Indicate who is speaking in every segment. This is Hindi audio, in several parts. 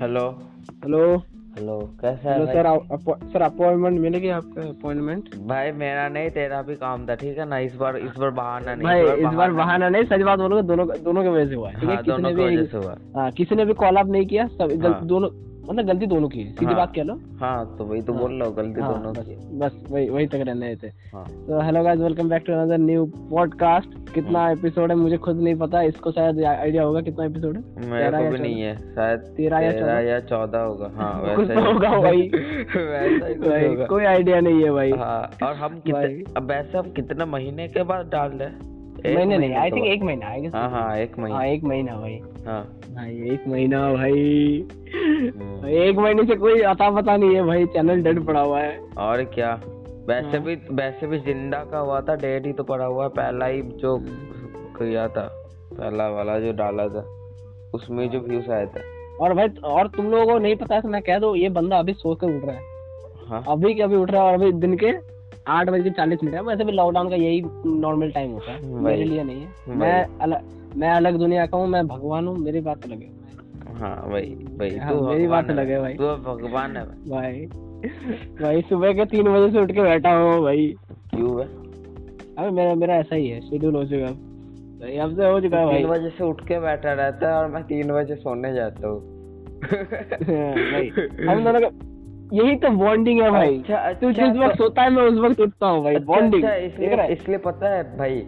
Speaker 1: हेलो
Speaker 2: हेलो
Speaker 1: हेलो कैसा है
Speaker 2: हेलो
Speaker 1: भाई
Speaker 2: सर अपॉ- सर अपॉइंटमेंट मिलेगी आपका अपॉइंटमेंट
Speaker 1: भाई मेरा नहीं तेरा भी काम था ठीक है ना इस बार इस बार बहाना नहीं
Speaker 2: भाई इस बार बहाना नहीं सच बात बोलोगे दोनों का- दोनों की वजह से हुआ है, ठीक है
Speaker 1: हाँ, दोनों
Speaker 2: किसी
Speaker 1: की
Speaker 2: ने
Speaker 1: वजह
Speaker 2: भी
Speaker 1: से हुआ
Speaker 2: हाँ किसी ने भी कॉल अप नहीं किया सब गल-
Speaker 1: हाँ।
Speaker 2: दोनों मतलब गलती दोनों की है सीधी
Speaker 1: हाँ।
Speaker 2: बात कह लो
Speaker 1: हाँ तो वही तो
Speaker 2: हाँ,
Speaker 1: बोल रहा हूँ गलती
Speaker 2: हाँ,
Speaker 1: दोनों
Speaker 2: बस,
Speaker 1: की है।
Speaker 2: बस वही वही तक रहने थे
Speaker 1: हाँ
Speaker 2: तो hello guys welcome back to another new podcast कितना
Speaker 1: हाँ।
Speaker 2: एपिसोड है मुझे खुद नहीं पता इसको शायद आइडिया होगा कितना एपिसोड है
Speaker 1: मेरे
Speaker 2: तेरह
Speaker 1: को
Speaker 2: या
Speaker 1: भी नहीं है शायद
Speaker 2: तेरह या
Speaker 1: तेरह या चौदह होगा हाँ
Speaker 2: कुछ
Speaker 1: वैसे
Speaker 2: तो होगा भाई
Speaker 1: वैसा ही कुछ
Speaker 2: भाई
Speaker 1: होगा
Speaker 2: कोई आइडिया नहीं है भाई
Speaker 1: हाँ और हम
Speaker 2: भाई।
Speaker 1: कितने अब वैसे हम कितने महीने के बाद डाल रहे हैं? एक
Speaker 2: महीने नहीं
Speaker 1: महीने
Speaker 2: आई
Speaker 1: के
Speaker 2: थिंक
Speaker 1: बाद।
Speaker 2: एक महीना आई
Speaker 1: हाँ हाँ एक
Speaker 2: हाँ
Speaker 1: महीने
Speaker 2: एक महीना भाई
Speaker 1: हाँ
Speaker 2: भाई एक महीना भाई
Speaker 1: हम्म।
Speaker 2: एक महीने से कोई अता पता नहीं है भाई चैनल डेड पड़ा हुआ है
Speaker 1: और क्या वैसे
Speaker 2: हाँ।
Speaker 1: भी वैसे भी जिंदा का हुआ था डेड ही तो पड़ा हुआ है पहला ही जो
Speaker 2: हम्म।
Speaker 1: किया था पहला वाला जो डाला था उसमें जो व्यूज आया था
Speaker 2: और भाई और तुम लोगों को नहीं पता है तो मैं कह दूं ये बंदा अभी सो कर उठ रहा है
Speaker 1: हाँ
Speaker 2: अभी के अभी उठ रहा है और अभी दिन के आठ बज के चालीस मिनट है वैसे भी लॉकडाउन का यही नॉर्मल टाइम होता है
Speaker 1: भाई।
Speaker 2: मेरे लिए नहीं है
Speaker 1: भाई।
Speaker 2: मैं अलग मैं अलग दुनिया का हूँ मैं भगवान हूँ मेरी बात अलग है
Speaker 1: हाँ भाई भाई
Speaker 2: हाँ,
Speaker 1: तू
Speaker 2: मेरी बात
Speaker 1: भगवान
Speaker 2: अलग है
Speaker 1: है
Speaker 2: भाई।
Speaker 1: तू अब भगवान है भाई।
Speaker 2: भाई भाई सुबह के तीन बजे से उठ के बैठा हूँ भाई
Speaker 1: क्यों है
Speaker 2: अबे मेरा मेरा ऐसा ही है शेड्यूल हो चुका है भाई, अब से हो चुका है भाई
Speaker 1: तीन बजे से उठ के बैठा रहता है और मैं तीन बजे सोने जाता हूँ
Speaker 2: हाँ, भाई हम दोनों का यही तो बॉन्डिंग है भाई
Speaker 1: अच्छा
Speaker 2: तू
Speaker 1: अच्छा
Speaker 2: जिस वक्त
Speaker 1: तो-
Speaker 2: सोता है मैं उस वक्त उठता हूँ भाई
Speaker 1: अच्छा,
Speaker 2: बॉन्डिंग
Speaker 1: अच्छा,
Speaker 2: देख रहा
Speaker 1: इसलिए
Speaker 2: है
Speaker 1: इसलिए पता है भाई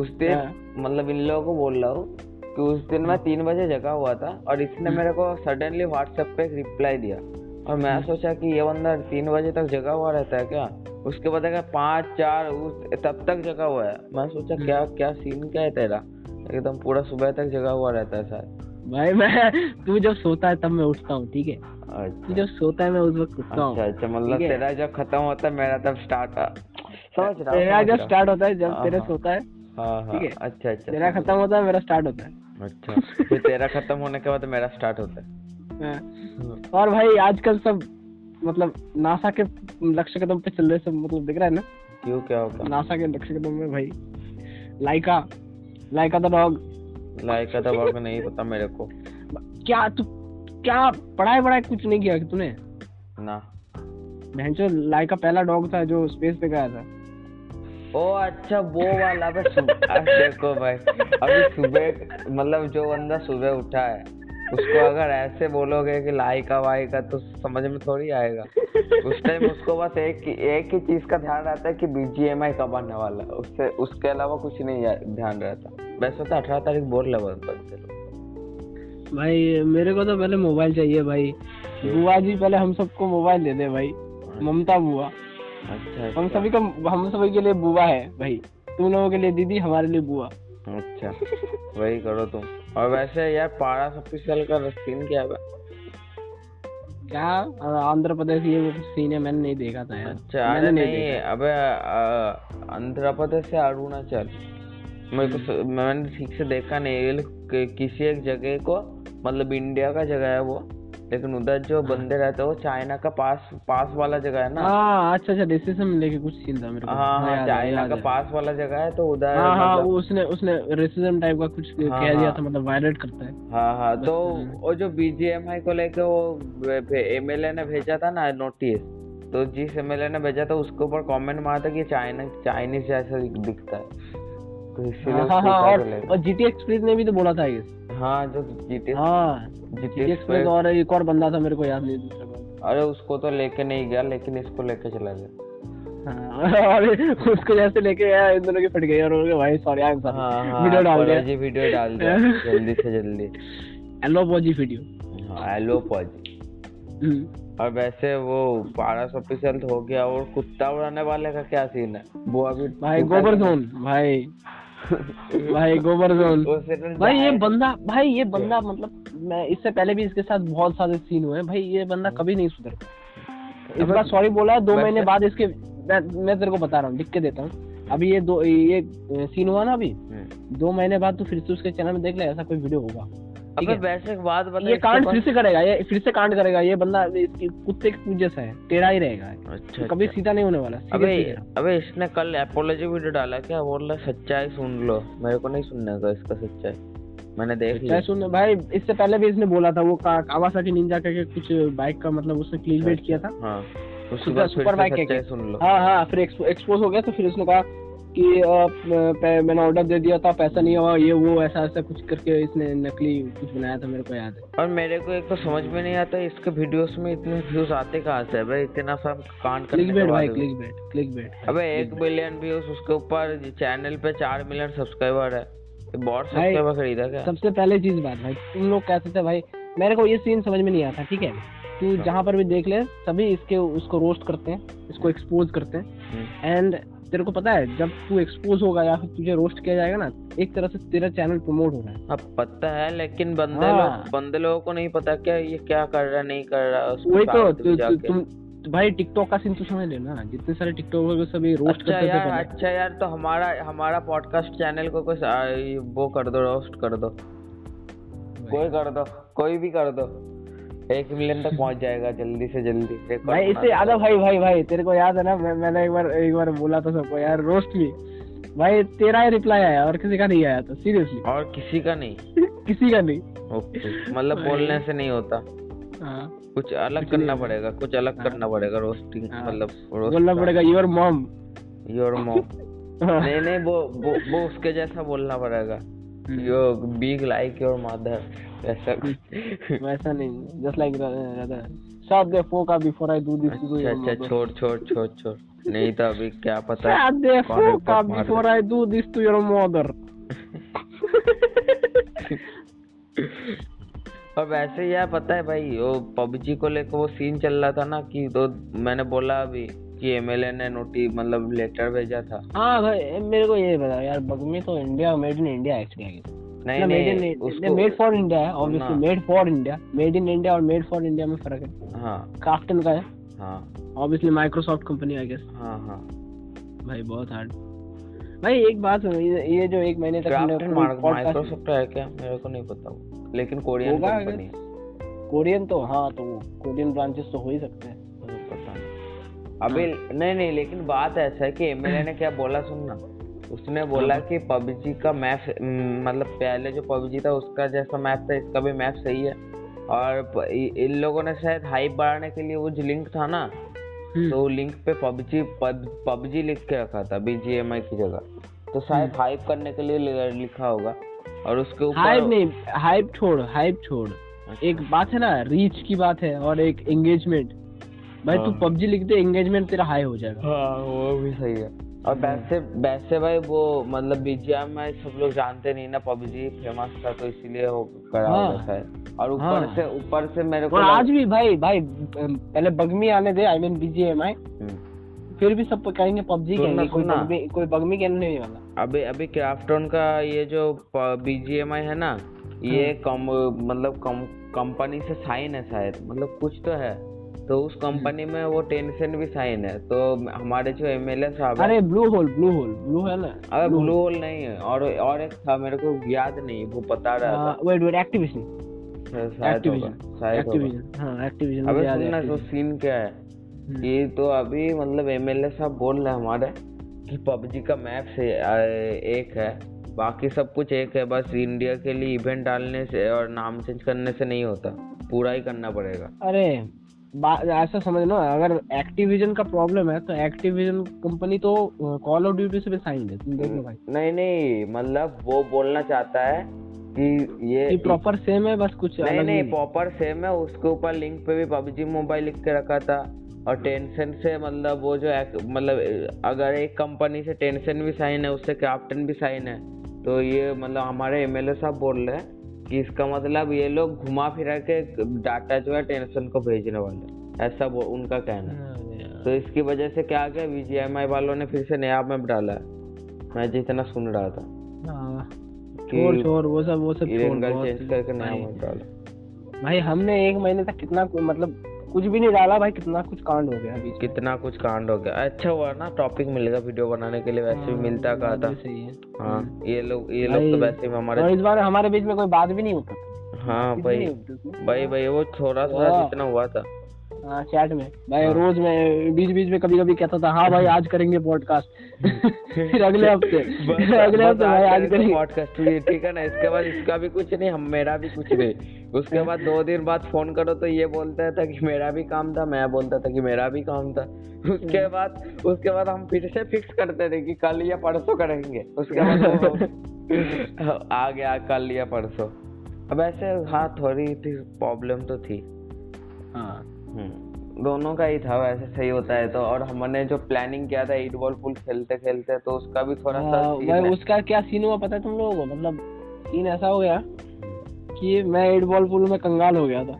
Speaker 1: उस दिन
Speaker 2: हाँ।
Speaker 1: मतलब इन लोगों को बोल रहा हूँ कि उस दिन मैं तीन बजे जगा हुआ था और इसने
Speaker 2: हम्म।
Speaker 1: मेरे को सडनली व्हाट्सएप पे एक रिप्लाई दिया और मैं
Speaker 2: हम्म।
Speaker 1: सोचा कि ये बंदा तीन बजे तक जगा हुआ रहता है क्या उसके बाद अगर पाँच चार उस तब तक जगा हुआ है मैं सोचा
Speaker 2: हम्म।
Speaker 1: क्या क्या सीन क्या है तेरा एकदम पूरा सुबह तक जगा हुआ रहता है शायद
Speaker 2: भाई मैं तू जब सोता है तब मैं उठता हूँ ठीक है तू
Speaker 1: अच्छा
Speaker 2: जब सोता है मैं उस वक्त उठता
Speaker 1: अच्छा
Speaker 2: हूँ
Speaker 1: अच्छा मतलब
Speaker 2: ठीक है।
Speaker 1: तेरा जब खत्म होता है मेरा तब स्टार्ट अच्छा। समझ रहा हूँ,
Speaker 2: तेरा
Speaker 1: समझ
Speaker 2: जब
Speaker 1: रहा हूँ।
Speaker 2: स्टार्ट होता है जब
Speaker 1: हाँ,
Speaker 2: तेरा
Speaker 1: हाँ।
Speaker 2: सोता है
Speaker 1: हाँ हाँ
Speaker 2: ठीक है।
Speaker 1: अच्छा अच्छा
Speaker 2: तेरा खत्म होता है मेरा स्टार्ट होता है
Speaker 1: अच्छा फिर तेरा खत्म होने के बाद मेरा स्टार्ट होता है
Speaker 2: हाँ। और भाई आजकल सब मतलब नासा के लक्ष्य कदम पे चल रहे सब मतलब दिख रहा है ना
Speaker 1: क्यों क्या होगा
Speaker 2: नासा के लक्ष्य कदम में भाई Laika Laika the dog
Speaker 1: like का दबाव का नहीं पता मेरे को
Speaker 2: क्या तू क्या पढ़ाई पढ़ाई कुछ नहीं किया तूने
Speaker 1: ना
Speaker 2: भैंचो लाइका पहला डॉग था जो स्पेस पे गया था
Speaker 1: ओ अच्छा वो वाला बस देखो भाई अभी सुबह मतलब जो बंदा सुबह उठा है उसको अगर ऐसे बोलोगे कि लाइका वाइका तो समझ में थोड़ी आएगा उस टाइम उसको बस एक एक ही चीज का ध्यान रहता है कि बीजीएमआई कब आने वाला है उससे उसके अलावा कुछ नहीं है- ध्यान रहता वैसे तो अठारह तारीख बोल रहा बंद
Speaker 2: भाई मेरे को तो पहले मोबाइल चाहिए भाई बुआ जी पहले हम सबको मोबाइल दे दे भाई ममता बुआ
Speaker 1: अच्छा
Speaker 2: हम सभी का हम सभी के लिए बुआ है भाई तुम लोगों के लिए दीदी हमारे लिए बुआ
Speaker 1: अच्छा वही करो तुम और वैसे यार पारा सपिसल का सीन क्या है बे?
Speaker 2: क्या आंध्र प्रदेश ये वो सीन है मैंने नहीं देखा था यार
Speaker 1: अच्छा अरे
Speaker 2: मैंने
Speaker 1: नहीं अबे आ, आंध्र प्रदेश से अरुणाचल मेरे को स- मैंने ठीक से देखा नहीं ये लोग कि- किसी एक जगह को मतलब इंडिया का जगह है वो लेकिन उधर जो बंदे रहते हैं वो चाइना का पास पास वाला जगह है ना
Speaker 2: हाँ अच्छा अच्छा डिसीजन लेके कुछ सीन था मेरे को
Speaker 1: हाँ हाँ
Speaker 2: याद है,
Speaker 1: चाइना
Speaker 2: याद
Speaker 1: का
Speaker 2: है।
Speaker 1: पास वाला जगह है तो उधर
Speaker 2: हाँ हाँ
Speaker 1: मतलब-
Speaker 2: वो उसने उसने रेसिज्म टाइप का कुछ
Speaker 1: हाँ,
Speaker 2: कह दिया
Speaker 1: हाँ।
Speaker 2: था मतलब वायलेट करता है
Speaker 1: हाँ हाँ तो
Speaker 2: अच्छा।
Speaker 1: वो जो बीजीएमआई को लेके वो एमएलए ने भेजा था ना नोटिस तो जिस एमएलए ने भेजा था उसके ऊपर कमेंट मारा था कि चाइना चाइनीज जैसा दिख- दिखता है तो इसीलिए
Speaker 2: हाँ हाँ
Speaker 1: उसको
Speaker 2: हाँ
Speaker 1: ऊपर
Speaker 2: और
Speaker 1: को लेके-
Speaker 2: और जीटी एक्सप्रेस ने भी तो बोला था ये
Speaker 1: हाँ जो जीते
Speaker 2: हाँ जीटी
Speaker 1: जीते
Speaker 2: एक्सप्रेस और एक और बंदा था मेरे को याद नहीं दूसरा कौन।
Speaker 1: अरे उसको तो लेके नहीं गया लेकिन इसको लेके चला गया
Speaker 2: हाँ, और उसको जैसे लेके गया इन दोनों की फट गई और बोले भाई सॉरी आई एम
Speaker 1: हाँ,
Speaker 2: सॉरी हाँ, वीडियो डाल दिया
Speaker 1: जी वीडियो डाल दिया जल्दी से जल्दी
Speaker 2: हेलो बॉजी वीडियो
Speaker 1: हाँ हेलो पॉज
Speaker 2: हम्म,
Speaker 1: और वैसे वो पारा सौ तो हो गया और कुत्ता उड़ाने वाले का क्या सीन है वो अभी
Speaker 2: भाई गोबरधन भाई भाई गोबरधन
Speaker 1: वो सिर्फ
Speaker 2: भाई ये बंदा भाई ये बंदा मतलब मैं इससे पहले भी इसके साथ बहुत सारे सीन हुए हैं भाई ये बंदा कभी नहीं सुधरता इस बार सॉरी बोला है दो
Speaker 1: वैसे-
Speaker 2: महीने बाद इसके मैं मैं तेरे को बता रहा हूँ लिख के देता हूँ अभी ये दो ये सीन हुआ ना अभी
Speaker 1: हम्म।
Speaker 2: दो महीने बाद तू फिर से उसके चैनल में देख ले ऐसा कोई वीडियो होगा ठीक
Speaker 1: अबे
Speaker 2: है
Speaker 1: वैसे एक बात बता
Speaker 2: ये
Speaker 1: इसके
Speaker 2: कांड
Speaker 1: पास-
Speaker 2: फिर से करेगा ये फिर से कांड करेगा ये बंदा इसकी कुत्ते की पूजा सा है टेढ़ा ही रहेगा तो
Speaker 1: अच्छा
Speaker 2: कभी
Speaker 1: अच्छा।
Speaker 2: सीधा नहीं होने वाला
Speaker 1: अबे
Speaker 2: seriously कह रहा हूँ।
Speaker 1: अबे इसने कल एपोलॉजी वीडियो डाला क्या बोल रहा है, सच्चाई सुन लो मेरे को नहीं सुनने का इसका सच्चाई मैंने देख
Speaker 2: चाहे
Speaker 1: लिया
Speaker 2: सुन भाई इससे पहले भी इसने बोला था वो का, कावासाकी निंजा करके कुछ बाइक का मतलब उसने क्लीन वेट किया था
Speaker 1: हाँ उसके
Speaker 2: सुपर-
Speaker 1: बाद फिर
Speaker 2: सुपर
Speaker 1: से
Speaker 2: बाइक है
Speaker 1: सच्चाई
Speaker 2: क्या?
Speaker 1: सुन लो
Speaker 2: हाँ हाँ फिर एक्सपोज हो गया तो फिर उसने कहा कि अ, प- पे- मैंने ऑर्डर दे दिया था पैसा नहीं हुआ ये वो ऐसा ऐसा कुछ करके इसने नकली कुछ बनाया था मेरे को याद है
Speaker 1: और मेरे को एक तो समझ में नहीं आता इसके वीडियोस में इतने व्यूज आते कहाँ से हैं भाई इतना सब कांड करने
Speaker 2: क्लिक
Speaker 1: के
Speaker 2: बेट भाई
Speaker 1: बाद भी।
Speaker 2: क्लिक बेट क्लिक बेट
Speaker 1: अबे एक बिलियन व्यूज उसके ऊपर चैनल पे चार मिलियन सब्सक्राइबर है ये बहुत
Speaker 2: भाई,
Speaker 1: सब्सक्राइबर खरीदा क्या
Speaker 2: सबसे पहले चीज बात भाई तुम लोग कहते थे भाई मेरे को ये सीन समझ में नहीं आता ठीक है तू
Speaker 1: हाँ।
Speaker 2: जहाँ पर भी देख ले सभी इसके उसको रोस्ट करते हैं इसको एक्सपोज करते हैं
Speaker 1: हम्म,
Speaker 2: एंड तेरे को पता है जब तू एक्सपोज होगा या फिर तुझे रोस्ट किया जाएगा ना एक तरह से तेरा चैनल प्रमोट होगा
Speaker 1: अब पता है लेकिन बंदे
Speaker 2: हाँ।
Speaker 1: लोग बंदे लोगों को नहीं पता क्या ये क्या कर रहा है, नहीं कर रहा उस पे
Speaker 2: वही तो
Speaker 1: फालतू
Speaker 2: तु, तु,
Speaker 1: जाके।
Speaker 2: तुम भाई टिकटॉक का सीन तो समझ लेना जितने सारे टिकटॉकर को सभी रोस्ट
Speaker 1: अच्छा
Speaker 2: करते थे
Speaker 1: यार
Speaker 2: पहले।
Speaker 1: अच्छा यार तो हमारा हमारा पॉडकास्ट चैनल को कुछ आ, ये वो कर दो रोस्ट कर दो कोई कर दो कोई भी कर दो एक मिलियन तक पहुंच जाएगा जल्दी से जल्दी record
Speaker 2: भाई
Speaker 1: बना
Speaker 2: इससे
Speaker 1: दो।
Speaker 2: ज्यादा भाई भाई भाई तेरे को याद है ना मैं, मैंने एक बार एक बार बोला था सबको यार रोस्ट भी भाई तेरा ही रिप्लाई आया और किसी का नहीं आया था सीरियसली
Speaker 1: और किसी का नहीं
Speaker 2: किसी का नहीं
Speaker 1: ओके मतलब
Speaker 2: भाई।
Speaker 1: बोलने से नहीं होता
Speaker 2: हाँ
Speaker 1: कुछ अलग
Speaker 2: कुछ
Speaker 1: करना
Speaker 2: नहीं।
Speaker 1: पड़ेगा कुछ अलग
Speaker 2: हाँ।
Speaker 1: करना पड़ेगा रोस्टिंग
Speaker 2: हाँ।
Speaker 1: मतलब
Speaker 2: बोलना पड़ेगा योर मॉम
Speaker 1: योर मॉम नहीं नहीं वो वो वो उसके जैसा बोलना पड़ेगा
Speaker 2: हम्म।
Speaker 1: Yo big like your mother ऐसा कुछ
Speaker 2: वैसा नहीं just like shut the fuck before I do this
Speaker 1: अच्छा अच्छा छोड़ छोड़ छोड़ छोड़ नहीं तो अभी क्या पता
Speaker 2: Shut the
Speaker 1: कौन है,
Speaker 2: fuck
Speaker 1: बाप
Speaker 2: up
Speaker 1: मार
Speaker 2: before
Speaker 1: दे।
Speaker 2: I do this to your mother.
Speaker 1: और वैसे ही यार पता है भाई वो पबजी को लेकर वो सीन चल रहा था ना कि तो मैंने बोला अभी कि एमएलए ने नोटिस मतलब लेटर भेजा था
Speaker 2: हाँ भाई ए, मेरे को ये बताओ यार बग में तो India made in India actually
Speaker 1: नहीं
Speaker 2: ना मेड
Speaker 1: नहीं
Speaker 2: इन
Speaker 1: उसको
Speaker 2: मेड फॉर इंडिया है ऑब्वियसली
Speaker 1: ना।
Speaker 2: Made for India made in India और मेड फॉर इंडिया में फर्क है
Speaker 1: हाँ
Speaker 2: क्राफ्टन का है
Speaker 1: हाँ
Speaker 2: obviously Microsoft company I guess
Speaker 1: हाँ हाँ
Speaker 2: भाई बहुत हार्ड भाई एक बात सुनो ये ये जो एक महीने तक
Speaker 1: क्राफ्टन
Speaker 2: पॉडकास्ट
Speaker 1: माइक्रोसॉफ्ट है क्या मेरे को नहीं पता वो। लेकिन कोरियन
Speaker 2: होगा
Speaker 1: कंपनी है
Speaker 2: कोरियन तो हाँ तो कोरियन ब्रांचेस तो हो ही सकते हैं
Speaker 1: मुझे पता नहीं अभी नहीं नहीं लेकिन बात ऐसा है कि एमएलए ने क्या बोला सुनना उसने बोला कि पबजी का मैप मतलब पहले जो पबजी था उसका जैसा मैप था इसका भी मैप सही है और प- इ- इन लोगों ने शायद हाइप बढ़ाने के लिए वो जो लिंक था ना
Speaker 2: हम्म।
Speaker 1: तो लिंक पे पबजी पबजी लिख के रखा था बीजीएमआई की जगह तो शायद हाइप करने के लिए लि- लिखा होगा और उसके
Speaker 2: हाइप
Speaker 1: ऊपर
Speaker 2: नहीं हाइप छोड़ हाइप छोड़ एक बात है ना रीच की बात है और एक एंगेजमेंट भाई तू
Speaker 1: हाँ।
Speaker 2: पबजी लिख दे एंगेजमेंट तेरा हाई हो जाएगा
Speaker 1: हाँ वो भी सही है और
Speaker 2: हम्म।
Speaker 1: वैसे वैसे भाई वो मतलब बीजीएम में सब लोग जानते नहीं ना पबजी फेमस था तो इसीलिए हो करा
Speaker 2: हाँ।
Speaker 1: होगा शायद और ऊपर
Speaker 2: हाँ।
Speaker 1: से ऊपर से मेरे को
Speaker 2: और
Speaker 1: लग-
Speaker 2: आज भी भाई भाई अम, पहले बगमी आने दे आई मीन बीजीएमआई
Speaker 1: हम्म।
Speaker 2: फिर भी सब कहेंगे पबजी
Speaker 1: सुनना,
Speaker 2: कहेंगे कोई
Speaker 1: सुनना।
Speaker 2: बगमी कोई बगमी कहने नहीं वाला
Speaker 1: अभी अभी क्राफ्टन का ये जो बीजीएमआई है ना ये
Speaker 2: हाँ।
Speaker 1: कम मतलब कम कंपनी से साइन है शायद मतलब कुछ तो है तो उस
Speaker 2: हम्म।
Speaker 1: कंपनी में वो टेंशन भी साइन है तो हमारे जो एमएलए साहब है
Speaker 2: अरे Bluehole Bluehole Blue है ना
Speaker 1: अरे ब्लू होल नहीं है और और एक था मेरे को याद नहीं वो बता रहा था
Speaker 2: वेट वेट एक्टिविजन
Speaker 1: शायद होगा
Speaker 2: Activision.
Speaker 1: शायद होगा
Speaker 2: एक्टिविजन हाँ एक्टिविजन
Speaker 1: अबे
Speaker 2: मुझे याद है
Speaker 1: सुनना तो
Speaker 2: Activision।
Speaker 1: सीन क्या है
Speaker 2: हम्म।
Speaker 1: ये तो अभी मतलब एमएलए साहब बोल रहे हैं हमारे कि पबजी का मैप से आ, एक है बाकी सब कुछ एक है बस इंडिया के लिए इवेंट डालने से और नाम चेंज करने से नहीं होता पूरा ही करना पड़ेगा
Speaker 2: अरे बा- ऐसा समझ लो अगर एक्टिविजन का प्रॉब्लम है तो एक्टिविजन कंपनी तो कॉल ऑफ ड्यूटी से भी साइन है तुम देख लो भाई
Speaker 1: नहीं नहीं मतलब वो बोलना चाहता है कि ये
Speaker 2: ये प्रॉपर सेम है बस कुछ
Speaker 1: नहीं
Speaker 2: अलग
Speaker 1: नहीं
Speaker 2: नहीं है।
Speaker 1: प्रॉपर सेम है उसके ऊपर लिंक पे भी पबजी मोबाइल लिख के रखा था और टेंशन से मतलब वो जो एक, मतलब अगर एक कंपनी से टेंशन भी साइन है उससे क्राफ्टन भी साइन है तो ये मतलब हमारे एमएलए साहब बोल रहे हैं कि इसका मतलब ये लोग घुमा फिरा के डाटा जो है टेंशन को भेजने वाले हैं। ऐसा वो उनका कहना है
Speaker 2: अरे यार।
Speaker 1: तो इसकी वजह से क्या गया बीजीएमआई वालों ने फिर से नया मैप डाला है मैं जितना सुन रहा था
Speaker 2: हाँ।
Speaker 1: कि
Speaker 2: छोड़ छोड़ वो सब वो सब छोड़
Speaker 1: इरेंगल
Speaker 2: बहुत-
Speaker 1: चेंज करके नया
Speaker 2: भाई,
Speaker 1: मैप डाला
Speaker 2: भाई हमने एक महीने तक कितना कु- मतलब कुछ भी नहीं डाला भाई कितना कुछ कांड हो गया बीच में।
Speaker 1: कितना कुछ कांड हो गया अच्छा हुआ ना टॉपिक मिल गया वीडियो बनाने के लिए वैसे भी
Speaker 2: हाँ,
Speaker 1: मिलता
Speaker 2: वो
Speaker 1: कहा
Speaker 2: बात
Speaker 1: था
Speaker 2: भी सही है।
Speaker 1: हाँ ये लोग ये लोग तो
Speaker 2: भाई,
Speaker 1: वैसे भी हमारे
Speaker 2: और इस बार हमारे बीच में कोई बात भी नहीं होता
Speaker 1: हाँ
Speaker 2: कुछ भी
Speaker 1: भाई
Speaker 2: नहीं होता।
Speaker 1: भाई भाई वो थोड़ा थोड़ा
Speaker 2: वाह।
Speaker 1: जितना हुआ था
Speaker 2: हाँ चैट में भाई रोज मैं बीच बीच में कभी कभी कहता था हाँ भाई आज करेंगे पॉडकास्ट फिर अगले हफ्ते
Speaker 1: बस-
Speaker 2: अगले
Speaker 1: बस
Speaker 2: हफ्ते भाई आज
Speaker 1: करेंगे
Speaker 2: करेंगे
Speaker 1: पॉडकास्ट ये ठीक है ना इसके बाद इसका भी कुछ नहीं हम मेरा भी कुछ नहीं उसके बाद दो दिन बाद फोन करो तो ये बोलता था कि मेरा भी काम था मैं बोलता था कि मेरा भी काम था
Speaker 2: हम्म।
Speaker 1: उसके बाद उसके बाद हम फिर से फिक्स करते थे कि कल या परसों करेंगे उसके बाद वो- आ गया कल या परसों अब ऐसे हाँ थोड़ी थी प्रॉब्लम तो थी
Speaker 2: हाँ
Speaker 1: हम्म, दोनों का ही था वैसे सही होता है तो और हमने जो प्लानिंग किया था एट बॉल पुल खेलते खेलते तो उसका भी थोड़ा सा
Speaker 2: हाँ,
Speaker 1: scene
Speaker 2: भाई
Speaker 1: है।
Speaker 2: उसका क्या सीन हुआ पता है तुम लोगों को मतलब सीन ऐसा हो गया कि मैं एट बॉल पूल में कंगाल हो गया था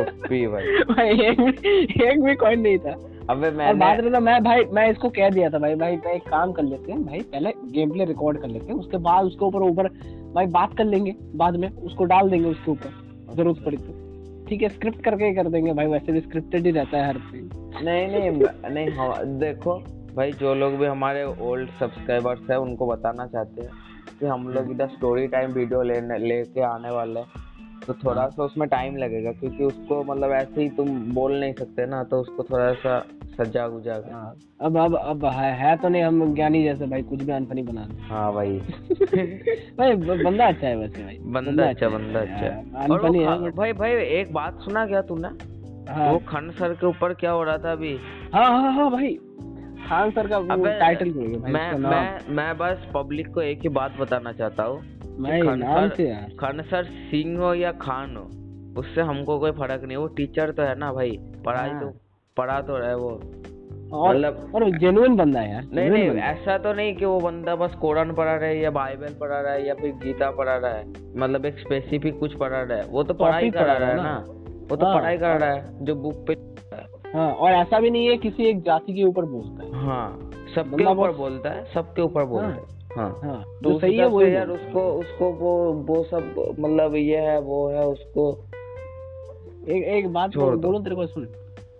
Speaker 1: ओपी भाई
Speaker 2: भाई एक भी एक भी coin नहीं था
Speaker 1: अबे
Speaker 2: और बात
Speaker 1: मैंने
Speaker 2: रहा मैं भाई मैं इसको कह दिया था भाई भाई भाई एक काम कर लेते हैं भाई पहले गेम प्ले रिकॉर्ड कर लेते हैं उसके बाद उसके ऊपर ऊपर भाई बात कर लेंगे बाद में उसको डाल देंगे उसके ऊपर जरूरत पड़ी तो ठीक है स्क्रिप्ट करके ही कर देंगे भाई वैसे भी स्क्रिप्टेड ही रहता है हर चीज
Speaker 1: नहीं नहीं नहीं हम- देखो भाई जो लोग भी हमारे ओल्ड सब्सक्राइबर्स हैं उनको बताना चाहते हैं कि हम लोग इधर स्टोरी टाइम वीडियो लेने लेके आने वाले हैं तो थोड़ा सा उसमें टाइम लगेगा क्योंकि उसको मतलब ऐसे ही तुम बोल नहीं सकते ना तो उसको थोड़ा सा सजा गुजा के
Speaker 2: हाँ अब अब अब है, है तो नहीं हम ज्ञानी जैसे भाई कुछ भी अनफनी बना दें
Speaker 1: हाँ भाई
Speaker 2: भाई ब- बंदा अच्छा है वैसे भाई
Speaker 1: बंदा अच्छा बंदा अच्छा
Speaker 2: हाँ,
Speaker 1: है। और वो
Speaker 2: अनफनी है
Speaker 1: खा-
Speaker 2: but-
Speaker 1: भाई भाई एक बात सुना क्या तूने
Speaker 2: हाँ
Speaker 1: वो खन सर के ऊपर क्या हो रहा था अभी
Speaker 2: हाँ हाँ हाँ भाई खान सर का वो
Speaker 1: अबे,
Speaker 2: टाइटल भूल गया भाई
Speaker 1: मैं
Speaker 2: उसका नाम
Speaker 1: मैं मैं बस पब्लिक को एक ही बात बताना चाहता हूँ
Speaker 2: मैं
Speaker 1: खान
Speaker 2: नाम
Speaker 1: सर-
Speaker 2: से यार
Speaker 1: खन सर सिंह हो या खान हो उससे हमको कोई फर्क नहीं वो टीचर तो है ना भाई पढ़ाई
Speaker 2: हाँ।
Speaker 1: तो पढ़ा तो रहा है वो
Speaker 2: और
Speaker 1: मतलब-
Speaker 2: और जेन्युइन बंदा है यार
Speaker 1: नहीं
Speaker 2: genuine
Speaker 1: नहीं
Speaker 2: बंदा है।
Speaker 1: ऐसा तो नहीं कि वो बंदा बस कुरान पढ़ा रहा है या बाइबल पढ़ा रहा है या फिर गीता पढ़ा रहा है मतलब एक स्पेसिफिक कुछ पढ़ा रहा है वो तो पढ़ाई
Speaker 2: Topic
Speaker 1: करा रहा है ना वो तो
Speaker 2: हाँ।
Speaker 1: पढ़ाई कर रहा है जो बुक पे
Speaker 2: हाँ और ऐसा भी नहीं है किसी एक जाति के ऊपर बोलता है
Speaker 1: हाँ सबके
Speaker 2: बंदा
Speaker 1: ऊपर
Speaker 2: बस-
Speaker 1: बोलता है सबके ऊपर बोलता है हाँ
Speaker 2: हाँ
Speaker 1: तो
Speaker 2: जो
Speaker 1: उस
Speaker 2: सही है
Speaker 1: हिसाब
Speaker 2: वही
Speaker 1: से यार
Speaker 2: बोलता है।
Speaker 1: उसको उसको वो वो सब मतलब ये है वो है उसको
Speaker 2: एक एक बात
Speaker 1: छोड़ दो।
Speaker 2: बोलूं तेरे को सुन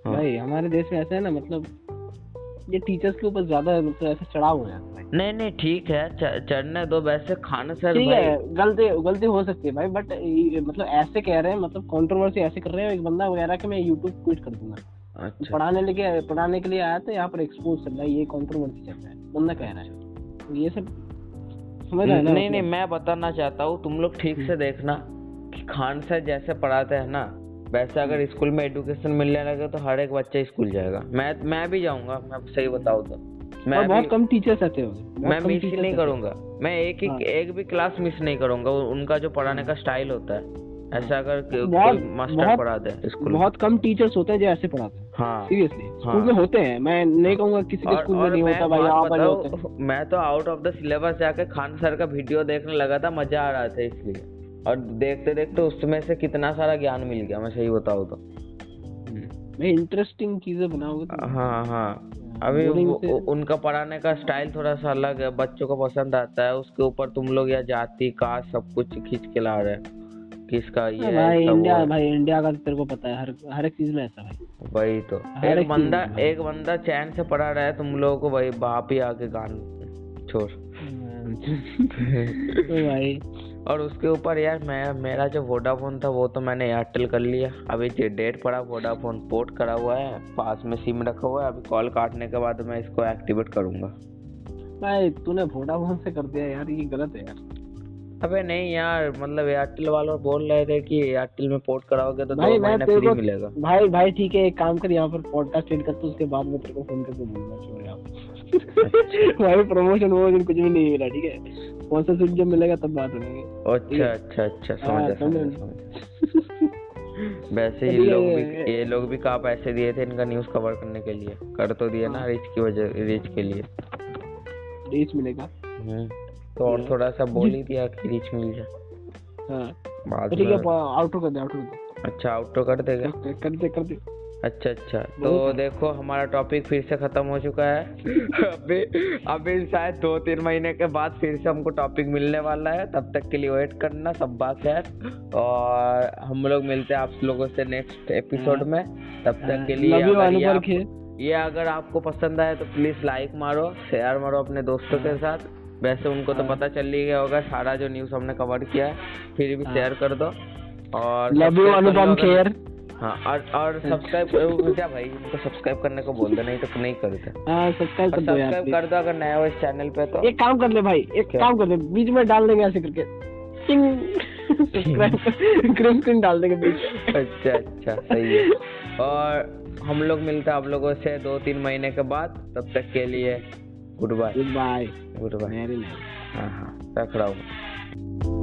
Speaker 1: हाँ।
Speaker 2: भाई हमारे देश में ऐसा है ना मतलब ये टीचर्स के ऊपर ज्यादा मतलब ऐसा चढ़ाव हो जाता है
Speaker 1: नहीं नहीं ठीक है च- चढ़ने दो वैसे खान सर
Speaker 2: ठीक
Speaker 1: भाई
Speaker 2: है गलती गलती हो सकती है भाई बट मतलब ऐसे कह रहे हैं मतलब कंट्रोवर्सी ऐसे कर रहे हैं एक बंदा वगैरह कि मैं यूट्यूब क्विट कर दूंगा
Speaker 1: अच्छा
Speaker 2: पढ़ाने लेके पढ़ाने के लिए आया था यहाँ पर एक्सपोज चल रहा है ये कंट्रोवर्सी चल रहा है बंदा कह रहा है तो ये सब समझ रहा है ना
Speaker 1: नहीं नहीं
Speaker 2: मतलब?
Speaker 1: मैं बताना चाहता हूँ तुम लोग ठीक से देखना कि खान सर जैसे पढ़ाते हैं ना वैसे अगर स्कूल में एडुकेशन मिलने लगे तो हर एक बच्चा स्कूल जाएगा मैं मैं भी जाऊंगा मैं सही बताऊँ तो
Speaker 2: और
Speaker 1: मैं
Speaker 2: बहुत
Speaker 1: भी-
Speaker 2: कम टीचर्स आते होंगे
Speaker 1: मैं मिस नहीं करूंगा मैं एक
Speaker 2: हाँ।
Speaker 1: एक एक भी क्लास मिस नहीं करूंगा वो- उनका जो पढ़ाने का स्टाइल होता है ऐसा अगर को-
Speaker 2: बहुत-
Speaker 1: कोई मास्टर
Speaker 2: बहुत-
Speaker 1: पढ़ा दे स्कूल में
Speaker 2: बहुत कम टीचर्स होते हैं जो ऐसे पढ़ाते हैं
Speaker 1: हाँ
Speaker 2: सीरियसली स्कूल
Speaker 1: हाँ।
Speaker 2: में होते हैं मैं नहीं कहूंगा किसी के
Speaker 1: और,
Speaker 2: स्कूल में
Speaker 1: और
Speaker 2: नहीं
Speaker 1: मैं
Speaker 2: होता भाई
Speaker 1: बात
Speaker 2: यहाँ पर
Speaker 1: बताऊं,
Speaker 2: होते हैं
Speaker 1: मैं तो आउट ऑफ द सिलेबस जाके खान सर का वीडियो देखने लगा था मजा आ रहा था इसलिए और देखते देखते उसमें से कितना सारा ज्ञान मिल गया मैं सही बताऊँ तो
Speaker 2: मैं इंटरेस्टिंग चीजें बनाओगे तो
Speaker 1: हाँ हाँ अभी
Speaker 2: Boring
Speaker 1: वो-
Speaker 2: से-
Speaker 1: उ- उनका पढ़ाने का स्टाइल थोड़ा सा अलग है बच्चों को पसंद आता है उसके ऊपर तुम लोग या जाति का सब कुछ खींच के ला रहे हैं किसका ये है,
Speaker 2: हाँ भाई
Speaker 1: इसका वो
Speaker 2: इंडिया
Speaker 1: है।
Speaker 2: भाई इंडिया का तो तेरे को पता है हर हर एक चीज में ऐसा भाई
Speaker 1: वही तो
Speaker 2: हर एक
Speaker 1: एक
Speaker 2: चीज
Speaker 1: बंदा
Speaker 2: में भाई।
Speaker 1: एक बंदा चैन से पढ़ा रहा है तुम लोगों को भाई बाप ही आके गान छोड़
Speaker 2: तो भाई
Speaker 1: और उसके ऊपर यार मैं मेरा जो वोडाफोन था वो तो मैंने एयरटेल कर लिया अभी जो डेट पड़ा वोडाफोन पोर्ट करा हुआ है पास में सिम रखा हुआ है अभी कॉल काटने के बाद मैं इसको एक्टिवेट करूंगा
Speaker 2: भाई तूने वोडाफोन से कर दिया यार ये गलत है यार
Speaker 1: अबे नहीं यार मतलब एयरटेल वाले बोल रहे थे कि एयरटेल में पोर्ट कराओगे तो
Speaker 2: भाई
Speaker 1: दो
Speaker 2: मैं
Speaker 1: महीना
Speaker 2: तेरे
Speaker 1: फ्री
Speaker 2: को
Speaker 1: मिलेगा
Speaker 2: भाई भाई ठीक है एक काम कर यहाँ पर पॉडकास्ट एड कर तो उसके बाद मैं तेरे को फोन करके बोलूंगा छोड़ यार भाई प्रमोशन वोमोशन कुछ भी नहीं मिला ठीक है स्पॉन्सरशिप जब मिलेगा तब बात होगी
Speaker 1: अच्छा अच्छा अच्छा समझ
Speaker 2: हाँ,
Speaker 1: गया, समझ गया,
Speaker 2: समझ।
Speaker 1: समझ गया। वैसे ये
Speaker 2: अभी
Speaker 1: लोग
Speaker 2: ये-
Speaker 1: भी ये लोग भी कहा पैसे दिए थे इनका न्यूज कवर करने के लिए कर तो दिए
Speaker 2: हाँ।
Speaker 1: ना रिच की वजह रिच के लिए
Speaker 2: रीच मिलेगा
Speaker 1: हम्म, तो और थोड़ा सा बोल ही दिया कि रिच मिल जाए
Speaker 2: हाँ
Speaker 1: बाद
Speaker 2: तो ठीक है
Speaker 1: में
Speaker 2: आउटो कर दे आउटो कर
Speaker 1: अच्छा आउट तो कर देगा
Speaker 2: दे कर दे कर दे
Speaker 1: अच्छा अच्छा
Speaker 2: बहुत
Speaker 1: तो देखो हमारा टॉपिक फिर से खत्म हो चुका है अभी अभी शायद दो तीन महीने के बाद फिर से हमको टॉपिक मिलने वाला है तब तक के लिए वेट करना सब बात है और हम लोग मिलते हैं आप लोगों से नेक्स्ट एपिसोड
Speaker 2: हाँ।
Speaker 1: में तब तक के लिए
Speaker 2: लव यू
Speaker 1: अगर ये
Speaker 2: अनुपर
Speaker 1: आप-
Speaker 2: खेल
Speaker 1: ये अगर आपको पसंद आए तो प्लीज लाइक मारो शेयर मारो अपने दोस्तों के साथ वैसे उनको तो
Speaker 2: हाँ।
Speaker 1: पता चल ही गया होगा सारा जो न्यूज़ हमने कवर किया है फिर भी
Speaker 2: हाँ।
Speaker 1: शेयर कर दो और
Speaker 2: लव यू
Speaker 1: सब्सक्राइब कर लो
Speaker 2: अनुपम
Speaker 1: अगर-
Speaker 2: खेर
Speaker 1: हाँ और और सब्सक्राइब क्या भाई इनको सब्सक्राइब करने को बोल दो नहीं तो नहीं करते
Speaker 2: हाँ सब्सक्राइब
Speaker 1: और
Speaker 2: कर दो यार
Speaker 1: सब्सक्राइब कर
Speaker 2: please।
Speaker 1: दो अगर नया हो इस चैनल पे तो
Speaker 2: एक काम कर ले भाई एक
Speaker 1: क्या?
Speaker 2: काम कर ले बीच में डाल देंगे ऐसे करके टिंग सब्सक्राइब ग्रीन स्क्रीन डाल देंगे बीच में।
Speaker 1: अच्छा अच्छा सही है और हम लोग मिलते हैं आप लोगों से दो तीन महीने के बाद तब तक के लिए good bye
Speaker 2: Goodbye.
Speaker 1: Good bye
Speaker 2: Very nice.
Speaker 1: हाँ हाँ रख रहा हूँ